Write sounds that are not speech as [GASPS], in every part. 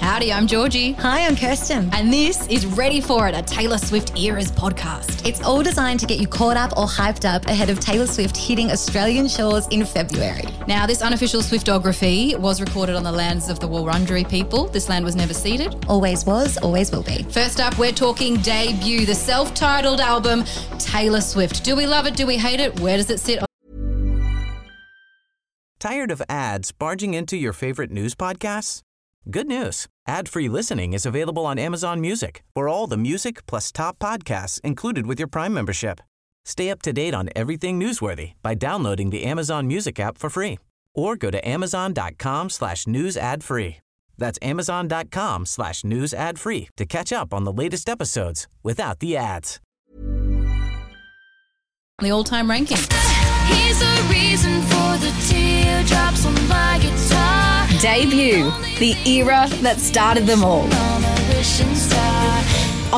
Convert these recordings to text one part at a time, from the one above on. Howdy, I'm Georgie. Hi, I'm Kirsten. And this is Ready For It, a Taylor Swift Eras podcast. It's all designed to get you caught up or hyped up ahead of Taylor Swift hitting Australian shores in February. Now, this unofficial Swiftography was recorded on the lands of the Wurundjeri people. This land was never ceded. Always was, always will be. First up, we're talking debut, the self titled album, Taylor Swift. Do we love it? Do we hate it? Where does it sit? Tired of ads barging into your favorite news podcasts? Good news. Ad-free listening is available on Amazon Music for all the music plus top podcasts included with your Prime membership. Stay up to date on everything newsworthy by downloading the Amazon Music app for free or go to amazon.com slash news ad free. That's amazon.com slash news ad free to catch up on the latest episodes without the ads. The all time ranking. Here's a reason for the teardrops on my guitar. Debut, the era that started them all. On a wishing star.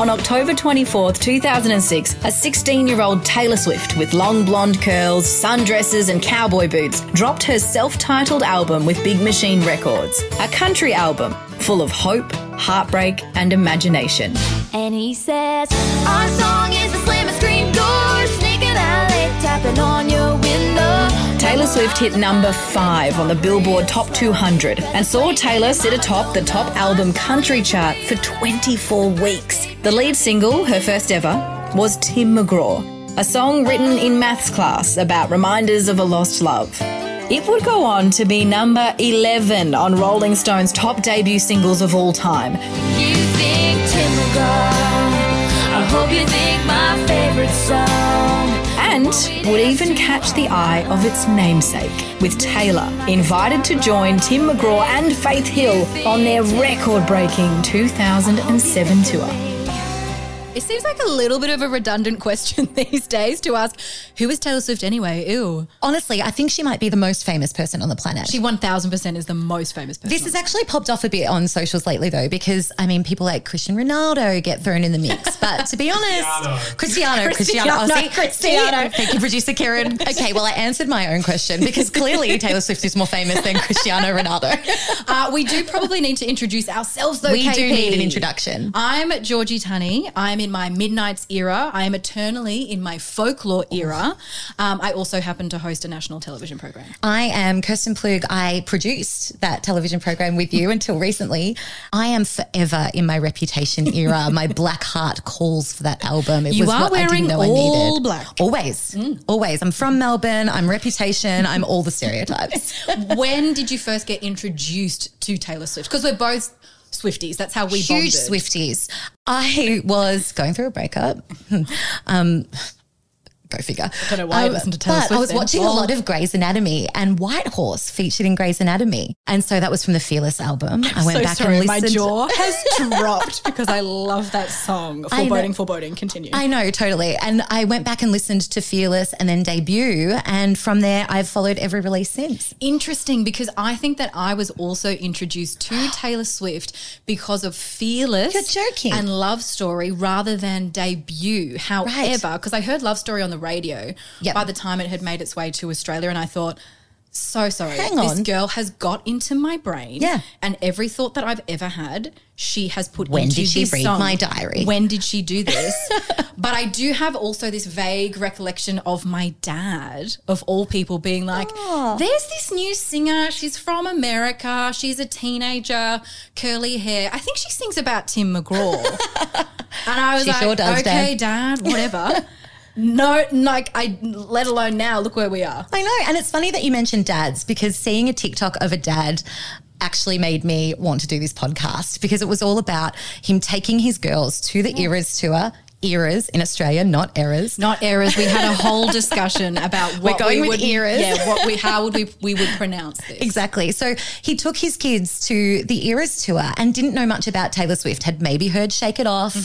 On October 24th, 2006, a 16 year old Taylor Swift with long blonde curls, sundresses, and cowboy boots dropped her self titled album with Big Machine Records, a country album full of hope, heartbreak, and imagination. And he says, Our song is a slam and scream door, sneaking alley, tapping on your window. Taylor Swift hit number five on the Billboard Top 200 and saw Taylor sit atop the top album country chart for 24 weeks. The lead single, her first ever, was Tim McGraw, a song written in maths class about reminders of a lost love. It would go on to be number 11 on Rolling Stone's top debut singles of all time, You think Tim McGraw? I hope you think my favorite song. and would even catch the eye of its namesake, with Taylor invited to join Tim McGraw and Faith Hill on their record breaking 2007 tour. It seems like a little bit of a redundant question these days to ask who is Taylor Swift anyway? Ew. Honestly, I think she might be the most famous person on the planet. She 1000% is the most famous person. This has actually popped off a bit on socials lately, though, because I mean, people like Christian Ronaldo get thrown in the mix. But to be honest, Cristiano, Cristiano, Cristiano, Honestly, Cristiano. [LAUGHS] Thank you, producer Karen. Okay, well, I answered my own question because clearly Taylor Swift is more famous than Cristiano Ronaldo. Uh, we do probably need to introduce ourselves, though. We do KP. need an introduction. I'm Georgie Tunney. I'm in my Midnight's era. I am eternally in my folklore era. Um, I also happen to host a national television program. I am Kirsten Plug. I produced that television program with you until recently. I am forever in my reputation era. [LAUGHS] my black heart calls for that album. It You was are what I wearing didn't know I all needed. black. Mm. Always. Always. I'm from Melbourne. I'm reputation. I'm all the stereotypes. [LAUGHS] when did you first get introduced to Taylor Swift? Because we're both Swifties. That's how we Huge bonded. Swifties. I was going through a breakup. [LAUGHS] um, go figure. I don't know why I listened to Taylor but Swift I was then. watching a Oh. lot of Grey's Anatomy and White Horse featured in Grey's Anatomy. And so that was from the Fearless album. i [LAUGHS] went so back sorry, and my listened. [LAUGHS] jaw has dropped because I love that song. I know. Foreboding, foreboding. Continue. I know, totally. And I went back and listened to Fearless and then Debut. And from there, I've followed every release since. Interesting because I think that I was also introduced [GASPS] to Taylor Swift because of Fearless You're joking. and Love Story rather than debut. However, because I heard Love Story on the radio Yep. by the time it had made its way to Australia, and I thought, so sorry, Hang this on. girl has got into my brain. Yeah. And every thought that I've ever had, she has put When into did she this read song. my diary? When did she do [LAUGHS] this? but I do have also this vague recollection of my dad, of all people, being like, Oh. there's this new singer. She's from America. She's a teenager, curly hair. I think she sings about Tim [LAUGHS] McGraw. and I was She like, sure does, okay, dad, [LAUGHS] whatever. no, like, I, let alone now, look where we are. I know. And it's funny that you mentioned dads because seeing a TikTok of a dad actually made me want to do this podcast because it was all about him taking his girls to the Eras tour. Eras in Australia, not errors. Not errors. We had a whole discussion about what going we with would, eras. Yeah, what we how would we we would pronounce this? [LAUGHS] Exactly. So he took his kids to the Eras tour and didn't know much about Taylor Swift, had maybe heard Shake It Off,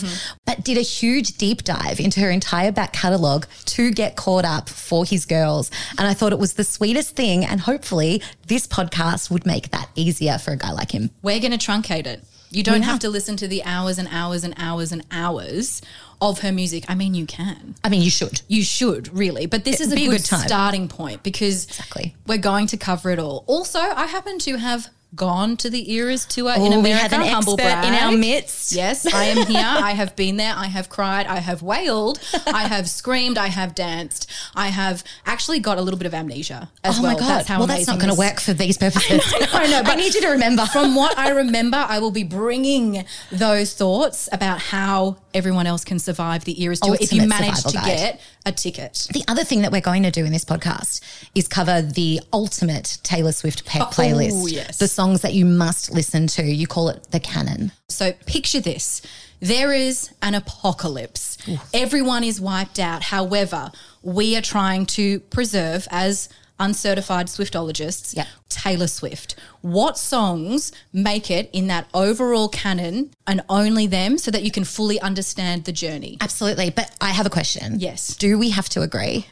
but did a huge deep dive into her entire back catalogue to get caught up for his girls. And I thought it was the sweetest thing. And hopefully, this podcast would make that easier for a guy like him. We're going to truncate it. You don't have to listen to the hours and hours and hours and hours of her music. I mean, you can. I mean, you should. You should, really. But this is a be a good, good time. starting point because Exactly. we're going to cover it all. Also, I happen to have gone to the Eras tour in Oh, America. we have an Humble expert brag. in our midst. Yes, I am here. I have been there. I have cried. I have wailed. I [LAUGHS] have screamed. I have danced. I have actually got a little bit of amnesia as oh well. my god! That's how well, that's not amazing going to this- work for these purposes. [LAUGHS] I know, I but- need you to remember. From what I remember, I will be bringing those thoughts about how everyone else can survive the Eras tour if you Ultimate manage to survival guide. get a ticket. the other thing that we're going to do in this podcast is cover the ultimate Taylor Swift pe- playlist. Oh, yes. The songs that you must listen to. You call it the canon. So picture this there is an apocalypse, everyone is wiped out. However, we are trying to preserve as uncertified Swiftologists Yep. Taylor Swift. What songs make it in that overall canon and only them so that you can fully understand the journey? Absolutely. But I have a question. Yes. Do we have to agree?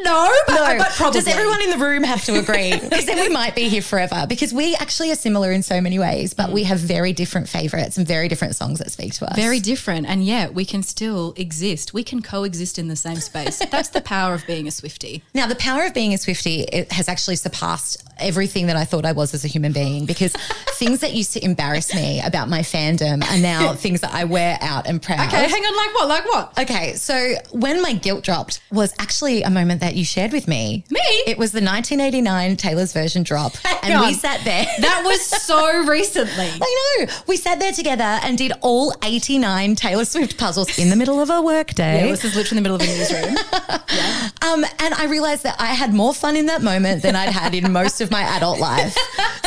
No, but, but probably. Does everyone in the room have [LAUGHS] to agree? Because then we might be here forever. Because we actually are similar in so many ways, but we have very different favorites and very different songs that speak to us. Very different, and yet we can still exist. We can coexist in the same space. That's the power of being a Swifty. Now, the power of being a Swifty it has actually surpassed everything that I thought I was as a human being because things that used to embarrass me about my fandom are now things that I wear out and proud. hang on. Like what? Like what? Okay, so when my guilt dropped was actually a moment that you shared with me. Me? It was the 1989 Taylor's version drop. and we on. sat there. That was so recently. I know. We sat there together and did all 89 Taylor Swift puzzles in the middle of a workday. Yeah, this is literally in the middle of a newsroom. um, and I realized that I had more fun in that moment than I'd had in most of my adult life.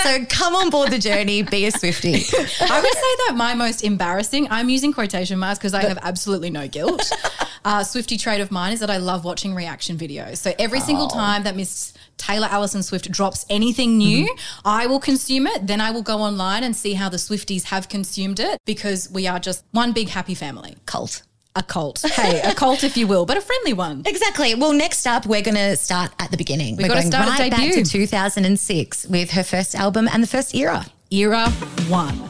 So come on board the journey, be a Swifty. I would say that my most embarrassing, I'm using quotation marks because I have absolutely no guilt. Uh, Swifty trait of mine is that I love watching reaction videos. So every single time that Miss Taylor Allison Swift drops anything new, I will consume it. Then I will go online and see how the Swifties have consumed it because we are just one big happy family. Cult. A cult. Hey, a cult, if you will, but a friendly one. Exactly. Well, next up, we're going to start at the beginning. We're gotta going start at right back to debut. 2006 with her first album and the first era. Era one.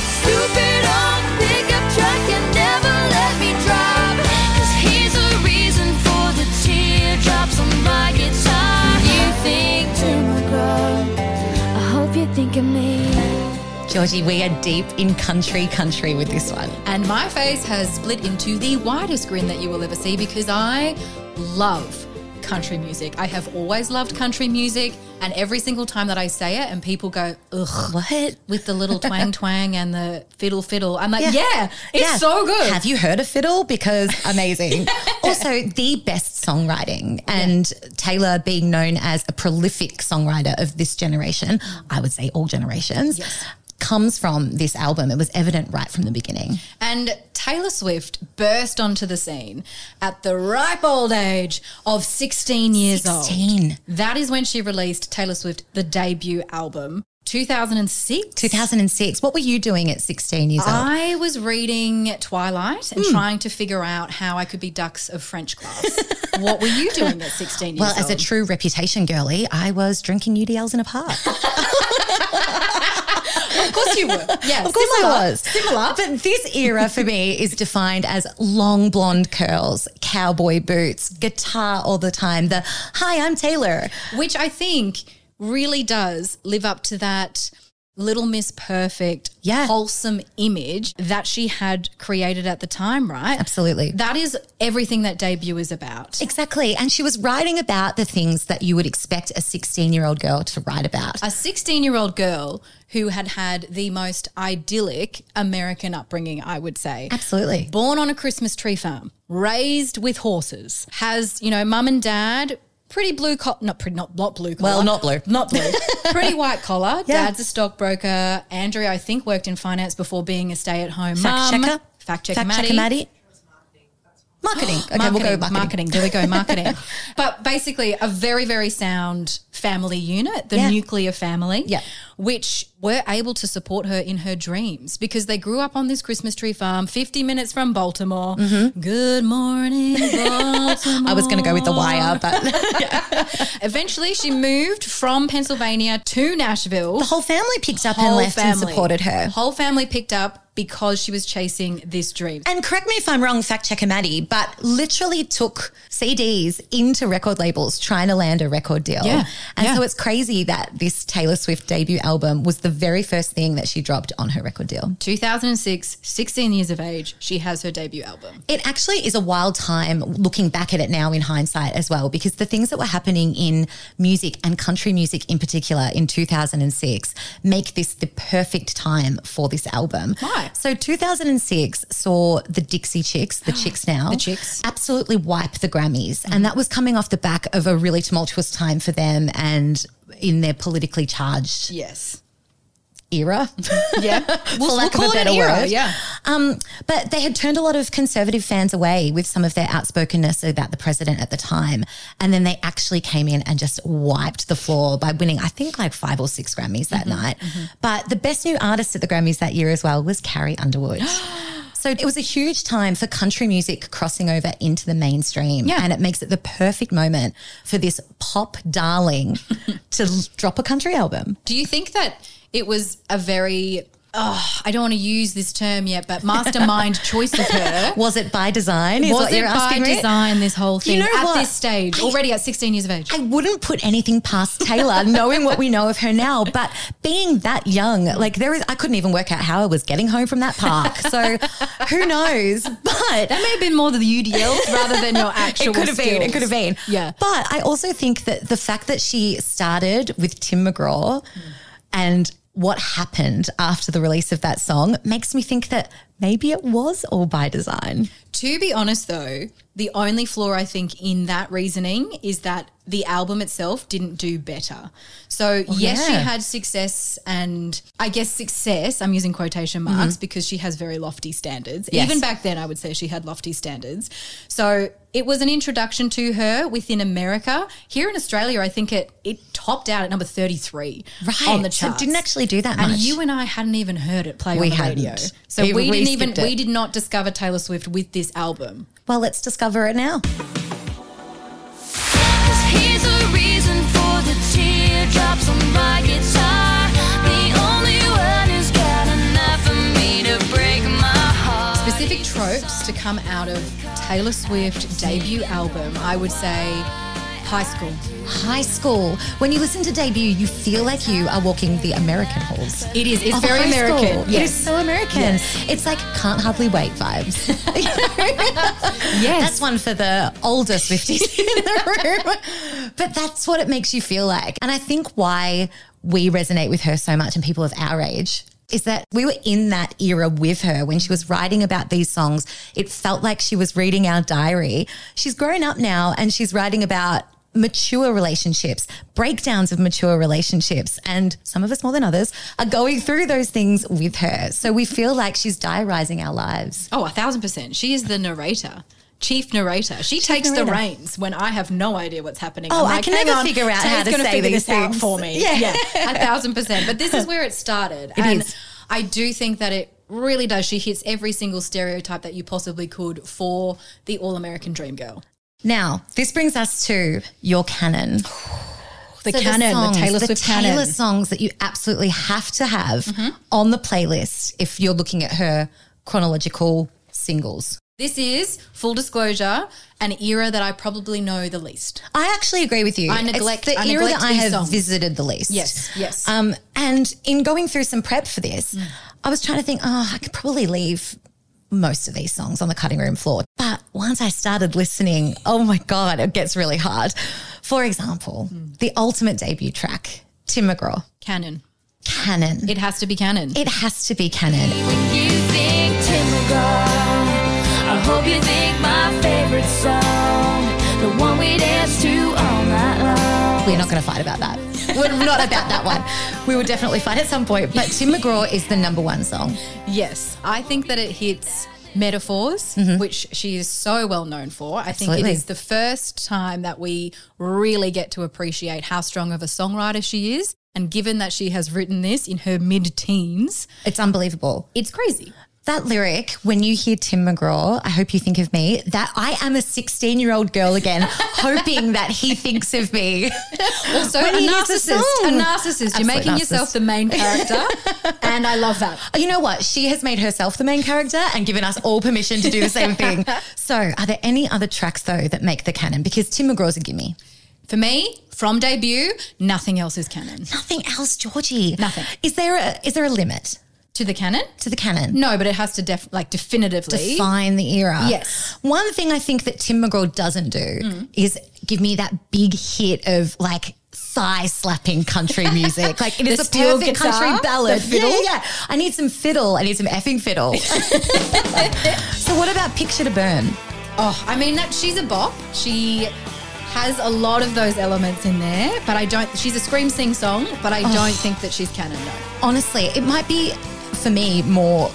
stupid old pickup truck and never let me drive. 'Cause here's a reason for the teardrops on my guitar. You think to my girl, I hope you think of me. Georgie, we are deep in country country with this one. And my face has split into the widest grin that you will ever see because I love country music. I have always loved country music. And every single time that I say it, and people go, ugh, What? with the little twang twang and the fiddle fiddle. I'm like, yeah, it's Yeah. so good. Have you heard a fiddle? [LAUGHS] Because amazing. also, the best songwriting and Taylor being known as a prolific songwriter of this generation, I would say all generations, comes from this album. It was evident right from the beginning. And Taylor Swift burst onto the scene at the ripe old age of 16 years 16. old. That is when she released Taylor Swift, the debut album, 2006. 2006. What were you doing at 16 years old? I was reading Twilight Hmm. and trying to figure out how I could be ducks of French class. what were you doing at 16 years Well, as old? a true reputation girly, I was drinking UDLs in a park. of course you [LAUGHS] were. Yeah, Of course similar, I was. Similar. But this era for me is defined as long blonde curls, cowboy boots, guitar all the time, the hi, I'm Taylor. which I think really does live up to that little miss perfect Yeah. wholesome image that she had created at the time right Absolutely. that is everything that debut is about Exactly. And she was writing about the things that you would expect a 16 year old girl to write about. a 16 year old girl who had had the most idyllic american upbringing i would say Absolutely. born on a Christmas tree farm, raised with horses, has, you know, mum and dad, pretty blue collar, not, pretty, not, not blue collar. Well, not blue. Not [LAUGHS] blue. pretty white collar. Yeah. Dad's a stockbroker. Andrea, I think, worked in finance before being a stay at home Fact mum. checker. Fact checker Fact checker Maddie. [GASPS] Marketing. Okay, marketing, we'll go marketing. marketing. There we go, marketing. [LAUGHS] but basically, a very, very sound family unit, the Yeah. nuclear family, Yeah. which were able to support her in her dreams because they grew up on this Christmas tree farm, 50 minutes from Baltimore. Good [LAUGHS] morning, Baltimore. Mm-hmm. I was going to go with the wire, but the Eventually, she moved from Pennsylvania to Nashville. [LAUGHS] whole family picked up and Whole left and family- supported her. Whole family picked up because she was chasing this dream. And correct me if I'm wrong, fact checker Maddie, but literally took CDs into record labels trying to land a record deal. Yeah, And yeah. so it's crazy that this Taylor Swift debut album was the very first thing that she dropped on her record deal. 2006, 16 years of age, she has her debut album. It actually is a wild time looking back at it now in hindsight as well, because the things that were happening in music and country music in particular in 2006 make this the perfect time for this album. Right. So 2006 saw the Dixie Chicks, [GASPS] the Chicks now, the Chicks. Mm. absolutely wipe the Grammys. And that was coming off the back of a really tumultuous time for them and in their politically charged Yes. era. [LAUGHS] Yeah. For we'll lack of a call it better an era, word. yeah. Um, but they had turned a lot of conservative fans away with some of their outspokenness about the president at the time. And then they actually came in and just wiped the floor by winning, I think, like five or six Grammys that Mm-hmm, night. But the best new artist at the Grammys that year as well was [GASPS] Carrie Underwood. So it was a huge time for country music crossing over into the mainstream. Yeah. And it makes it the perfect moment for this pop [LAUGHS] darling to l- drop a country album. Do you think that it was a very, oh, I don't want to use this term yet, but [LAUGHS] mastermind choice of her? Was it by design? Is Was what it you're by asking me? design, this whole Do you thing know at what? this stage, already at 16 years of age? I wouldn't put anything past Taylor, knowing what we know of her now. But being that young, like there is, I couldn't even work out how I was getting home from that park. So who knows? But that may have been more the UDLs rather than [LAUGHS] your actual. it could have been. It skills. could have been. Yeah. But I also think that the fact that she started with Tim McGraw and what happened after the release of that song makes me think that maybe it was all by design. To be honest, though, the only flaw I think in that reasoning is that the album itself didn't do better. So, yes, she Oh, yeah. had success, and I guess success, I'm using quotation marks because she has very lofty standards. Mm-hmm. Yes. Even back then, I would say she had lofty standards. So, it was an introduction to her within America. Here in Australia, I think it it topped out at number 33 on the So it charts. didn't actually do that And much. you and I hadn't even heard it play We on the hadn't. radio. So We- we, we didn't even skipped it. we did not discover Taylor Swift with this album. well, let's discover it now. Here's a reason for the teardrops on my guitar. The only one who's got enough for me to break my heart. Specific tropes to come out of Taylor Swift debut album, I would say high school. High school. When you listen to debut, you feel like you are walking the American halls. It is. It's of very Oh, high school. American. It is so American. It's like can't hardly wait [LAUGHS] vibes. [LAUGHS] Yes. That's one for the older Swifties [LAUGHS] in the room. But that's what it makes you feel like. And I think why we resonate with her so much and people of our age is that we were in that era with her when she was writing about these songs. It felt like she was reading our diary. She's grown up now and she's writing about mature relationships, breakdowns of mature relationships, and some of us more than others are going through those things with her. So we feel like she's diarising our lives. oh, a thousand percent. She is the narrator. Chief narrator. She takes the narrator. reins when I have no idea what's happening. I'm Oh, I like, can "Hang never on, figure out how Taylor's to gonna say figure these this out things." for me. Yeah. a thousand percent. But this is where it [LAUGHS] started. and is. I do think that it really does. She hits every single stereotype that you possibly could for the all American dream girl. Now, this brings us to your canon. The So canon, songs, the Taylor Swift canon. Mm-hmm. Taylor songs that you absolutely have to have on the playlist if you're looking at her chronological singles. This is, full disclosure, an era that I probably know the least. I actually agree with you. I It's neglect- the I era neglect that I these have songs. visited the least. Yes, yes. Um, and in going through some prep for this, I was trying to think, oh, I could probably leave most of these songs on the cutting room floor. But once I started listening, oh my God, it gets really hard. For example, the ultimate debut track, Tim McGraw, Canon. Canon. It, It has to be canon. has to be Canon. When you think Tim McGraw, I hope you think my favorite song, the one we dance to all night long. We're not going to fight about that. We're not about that one. We will definitely fight at some point. But Tim McGraw is the number one song. yes. I think that it hits metaphors, which she is so well known for. I think it Mm-hmm. Absolutely. is the first time that we really get to appreciate how strong of a songwriter she is. And given that she has written this in her mid teens, It's unbelievable. it's crazy. That lyric, when you hear Tim McGraw, I hope you think of me, that I am a 16 year old girl again, [LAUGHS] hoping that he thinks of me. Also, When a he hears the narcissist. A song. narcissist. You're Absolute making yourself narcissist. the main [LAUGHS] character. and I love that. You know what? She has made herself the main character and given us all permission to do the same thing. So, are there any other tracks, though, that make the canon? Because Tim McGraw's a gimme. For me, from debut, nothing else is canon. Nothing else, Georgie. Nothing. Is there a, is there a limit To the canon? to the canon? No, but it has to def- like definitively. define the era. Yes. One thing I think that Tim McGraw doesn't do is give me that big hit of like thigh slapping country music. [LAUGHS] Like it is The a steel perfect guitar, country ballad. the fiddle. Yeah, yeah, yeah. I need some fiddle. I need some [LAUGHS] effing fiddle. [LAUGHS] so what about Picture to Burn? Oh, I mean that she's a bop. She has a lot of those elements in there, but I don't. She's a scream sing song, but I Oh. don't think that she's canon though. Honestly, it might be for me more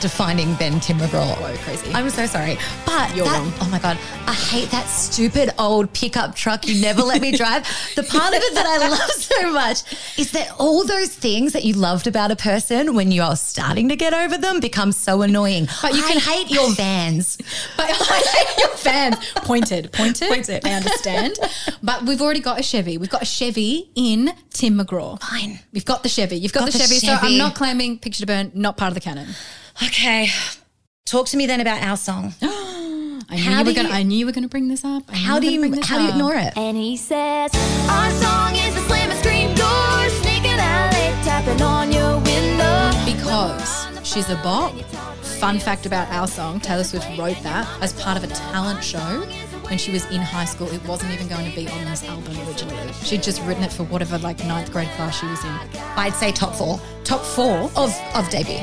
defining than Tim McGraw. Whoa, crazy. I'm so sorry. But You're that- wrong. Oh my god, I hate that stupid old pickup truck you never let me [LAUGHS] drive. The part of it that [LAUGHS] I love so much is that all those things that you loved about a person when you are starting to get over them become so annoying. But you I can- hate your vans. But [LAUGHS] your fans pointed, pointed, Pointed. I understand. But we've already got a Chevy. We've got a Chevy in Tim McGraw. [LAUGHS] Fine. We've got the Chevy. You've got, Got the, the Chevy, So I'm Chevy. not claiming Picture to Burn, not part of the canon. Okay. Talk to me then about our song. I knew How you were do going. you- I knew you were going to bring this up. I knew How do were gonna you bring this how do you up. ignore it? And he says, Our song is a slam and scream door, sneaking alley, tapping on your window. Because she's a bop. Fun fact about our song Taylor Swift wrote that as part of a talent show when she was in high school. It wasn't even going to be on this album originally. She'd just written it for whatever, like, ninth grade class she was in. I'd say top 4. Top four? Of of debut.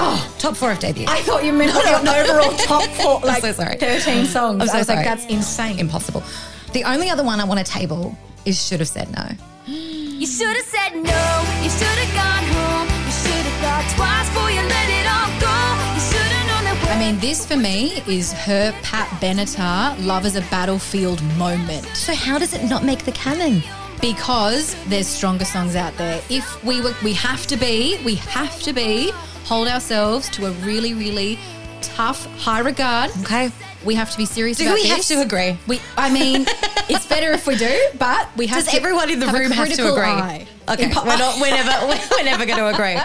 Oh, Top 4 of debut. I thought you [LAUGHS] meant an overall [LAUGHS] top four, like so sorry. 13 songs. I'm so I was like, sorry. that's insane. impossible. The only other one I want to table is should have said no. You should have said no, you should have gone home, you should have thought twice before you let it all go. You should have known that I mean, this for me is her Pat Benatar Love is a Battlefield moment. So how does it not make the canon? because there's stronger songs out there. If we were, we have to be, we have to be, hold ourselves to a really, really tough, high regard. Okay. We have to be serious Do about we have this. to agree? We, I [LAUGHS] mean, it's better if we do, but we have Does to everyone in the have a room have to critical agree? eye. Okay, Impo- we're not. We're never. [LAUGHS] We're, we're never going to agree.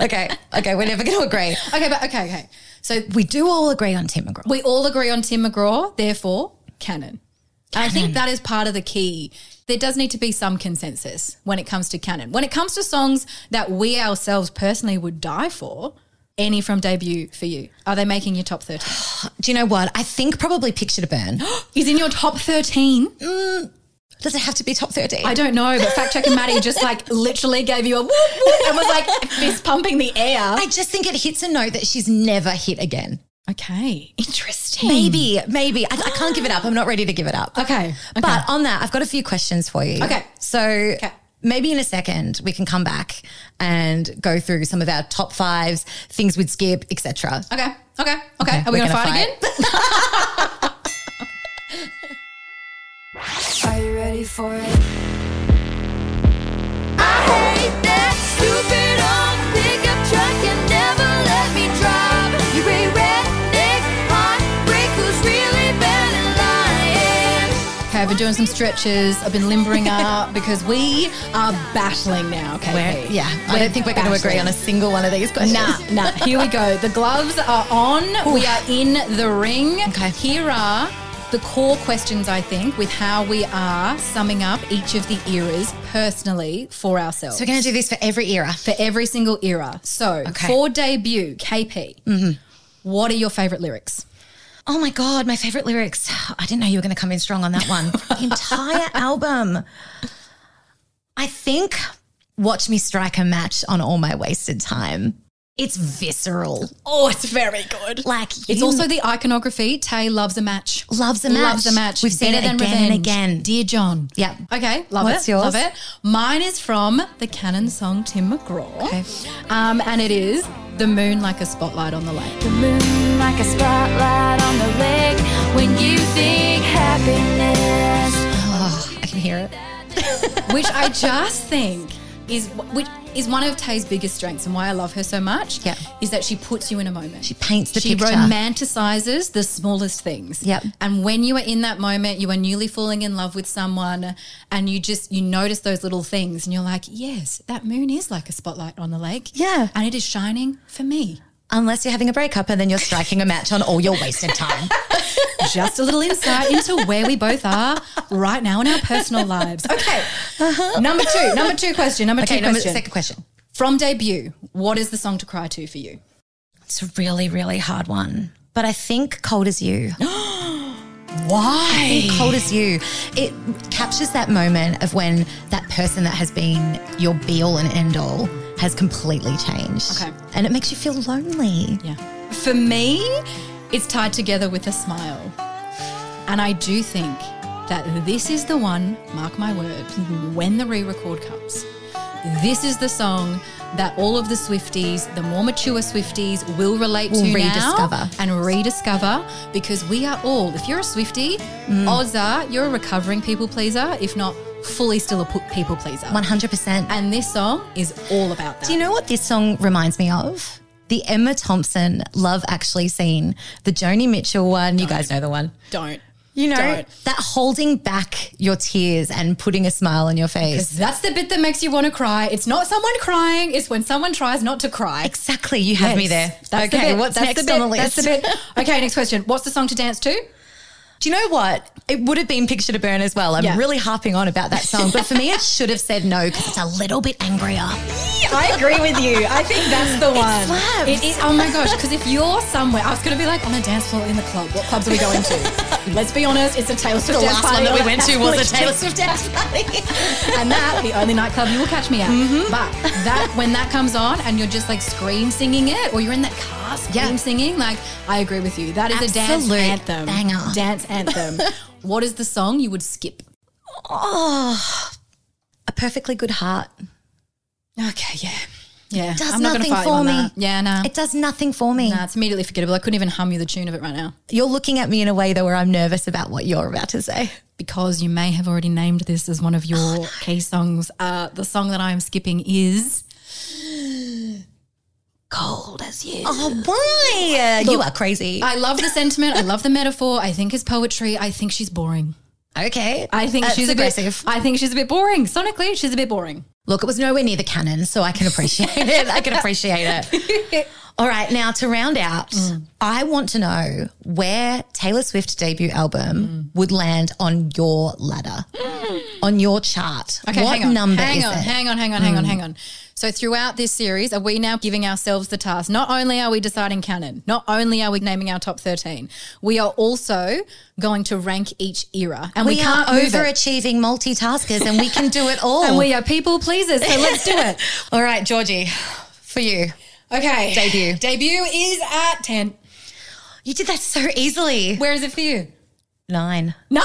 Okay, okay, we're never going to agree. okay, but okay, okay. So We do all agree on Tim McGraw. we all agree on Tim McGraw, therefore, canon. And I think that is part of the key. There does need to be some consensus when it comes to canon. When it comes to songs that we ourselves personally would die for, any from debut for you, are they making your top [GASPS] 13? Do you know what? I think probably Picture to Burn. [GASPS] Is in your top 13? Does it have to be top thirteen? I don't know, but fact checker Maddie just like literally gave you a whoop whoop and was like fist pumping the air. I just think it hits a note that she's never hit again. Okay, interesting. Maybe, maybe. I, I can't give it up. I'm not ready to give it up. Okay, okay. But on that, I've got a few questions for you. Okay. So maybe in a second we can come back and go through some of our top fives, things we'd skip, etc. Okay, okay, okay. Are we're we gonna, gonna fight, fight. again? Are you ready for it? I hate that stupid old pickup truck you never let me drive. You're a redneck heartbreak who's really bad at lying. Okay, I've been doing some stretches. I've been [LAUGHS] limbering up because we are battling now. Okay, We're- yeah, I don't think we're going to agree on a single one of these questions. Nah, nah. Here we go. The gloves are on. We are in the ring. Okay. Here are the core questions I think with how we are summing up each of the eras personally for ourselves So we're going to do this for every era. for every single era. So Okay. Mm-hmm. for debut, KP, what are your favorite lyrics? Oh my god, my favorite lyrics. I didn't know you were going to come in strong on that [LAUGHS] one. the entire album. I think "Watch Me Strike a Match" on all my wasted time. It's visceral. Oh, it's very good. Like It's you also the iconography. Tay loves a match. Loves a match. Loves a match. We've seen Better it than again revenge. and again. Dear John. Yep. Okay. Love What's it. yours? Love it. Mine is from the canon song Tim McGraw. Okay. Um, and it is the moon like a spotlight on the lake. [LAUGHS] The moon like a spotlight on the lake when you think happiness. I can hear it. which I just think is which is one of Tay's biggest strengths and why I love her so much. Yeah. is that she puts you in a moment. She paints the she picture. romanticizes the smallest things. Yep. and when you are in that moment, you are newly falling in love with someone, and you just you notice those little things, and you're like, yes, that moon is like a spotlight on the lake. Yeah. and it is shining for me. Unless you're having a breakup and then you're striking a match on all your [LAUGHS] wasted time. Just a little insight into where we both are right now in our personal lives. Okay, number two, number two question, number Uh-huh. Okay, two number, question. second question. From debut, what is the song to cry to for you? It's a really, really hard one. But I think Cold as You. Why? Cold as You. It captures that moment of when that person that has been your be all and end all has completely changed. Okay. And it makes you feel lonely. Yeah. For me, it's tied together with a smile. And I do think that this is the one, mark my word, when the re record comes. This is the song that all of the Swifties, the more mature Swifties, will relate Will to rediscover. now and rediscover because we are all, if you're a Swiftie, Mm. odds are you're a recovering people pleaser, if not fully still a p- people pleaser. 100%. And this song is all about that. Do you know what this song reminds me of? The Emma Thompson Love Actually scene, the Joni Mitchell one. You guys know the one. Don't. You know, Don't. that holding back your tears and putting a smile on your face. That's the bit that makes you want to cry. It's not someone crying, it's when someone tries not to cry. Exactly. You have me there. That's the okay, bit. what's That's next the bit. on the That's list? the bit. Okay, next question. What's the song to dance to? Do you know what? It would have been Picture to Burn as well. I'm Yeah. really harping on about that song, but for me, it should have said no because it's a little bit angrier. I agree with you. I think that's the one. slaps. It is. Oh my gosh! Because if you're somewhere, I was going to be like on a dance floor in the club. What clubs are we going [LAUGHS] to? Let's be honest. It's a Taylor Swift dance party. Swift dance party. and that the only nightclub you will catch me at. Mm-hmm. But that when that comes on and you're just like scream singing it, or you're in that car scream Yeah. singing, like I agree with you. That is Absolute a dance anthem. banger. Dance [LAUGHS] anthem. what is the song you would skip? Oh, [LAUGHS] a perfectly good heart. Okay, yeah, yeah. Does I'm not gonna nothing fight you for on me. that. Yeah, no. It does nothing for me. Nah, it's immediately forgettable. I couldn't even hum you the tune of it right now You're looking at me in a way though where I'm nervous about what you're about to say. because you may have already named this as one of Oh, your key songs. Uh, the song that I'm skipping is Cold as You. Oh, why? you are crazy. I love the sentiment. I love the metaphor. I think it's poetry. I think she's boring. okay. I think That's she's aggressive. a bit. I think she's a bit boring. Sonically, she's a bit boring. Look, it was nowhere near the canon, so I can appreciate it. I can appreciate it. [LAUGHS] All right, now to round out, I want to know where Taylor Swift's debut album would land on your ladder, on your chart. Okay, what hang on. number hang is on, it? Hang on, hang on, hang on, hang on. So throughout this series, are we now giving ourselves the task? Not only are we deciding canon, not only are we naming our top thirteen, we are also going to rank each era, and we, we, are can't move it. overachieving multitaskers, and we can [LAUGHS] do it all. And we are people pleasers, so let's do [LAUGHS] it. all right, Georgie, for you, Okay, Debut. Debut is at ten. you did that so easily. Where is it for you? Nine. No,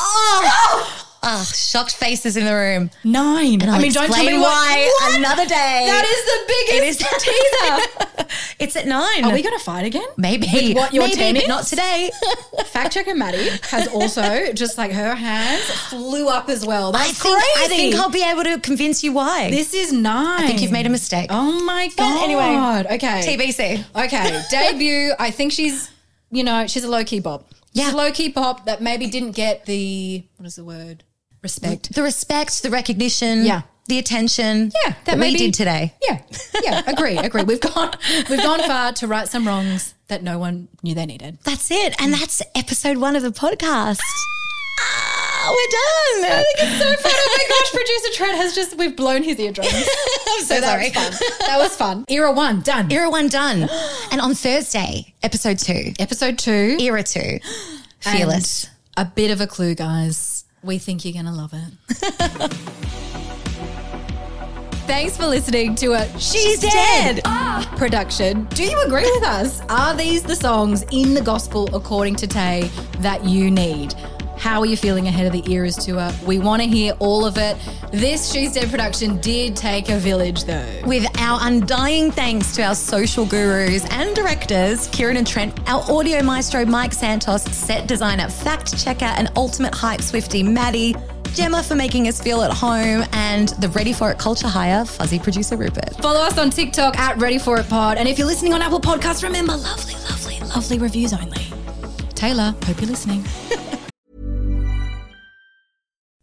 Oh, Ah, shocked faces in the room. nine. And I I'll mean, don't tell explain me why What? What? another day. That is the biggest [LAUGHS] teaser. It's at nine. Are we going to fight again? Maybe. With what your Maybe, team but is? not today. Fact checker Maddie has also just like her hands flew up as well. That's I think, crazy. I think I'll be able to convince you why. this is nine. I think you've made a mistake. Oh my god. anyway, okay. TBC. [LAUGHS] Okay, debut. I think she's, you know, she's a low key bop. Yeah. She's a low key bop that maybe didn't get the what is the word respect. The respect, the recognition, Yeah. the attention. Yeah, that we maybe- did today. Yeah, yeah, agree, agree. We've gone, we've gone far to right some wrongs that no one knew they needed. That's it. And Mm. that's episode one of the podcast. Ah, we're done. I think it's so But [LAUGHS] oh my gosh, producer Trent has just we've blown his [LAUGHS] eardrums. I'm [LAUGHS] so sorry. That was fun. That was fun. Era one done. Era [GASPS] one done. And on Thursday, episode two, Episode two. era [GASPS] two, fearless. And a bit of a clue, guys. We think you're going to love it. [LAUGHS] Thanks for listening to a She's, Dead. Ah production. Do you agree with us? Are these the songs in the gospel according to Tay that you need? How are you feeling ahead of the Eras tour? We want to hear all of it. This She's Dead production did take a village, though. With our undying thanks to our social gurus and directors, Kieran and Trent, our audio maestro, Mike Santos, set designer, fact checker, and ultimate hype Swifty, Maddie, Gemma for making us feel at home, and the Ready For It culture hire, fuzzy producer Rupert. Follow us on TikTok at Ready For It Pod. And if you're listening on Apple Podcasts, remember lovely, lovely, lovely reviews only. Taylor, hope you're listening.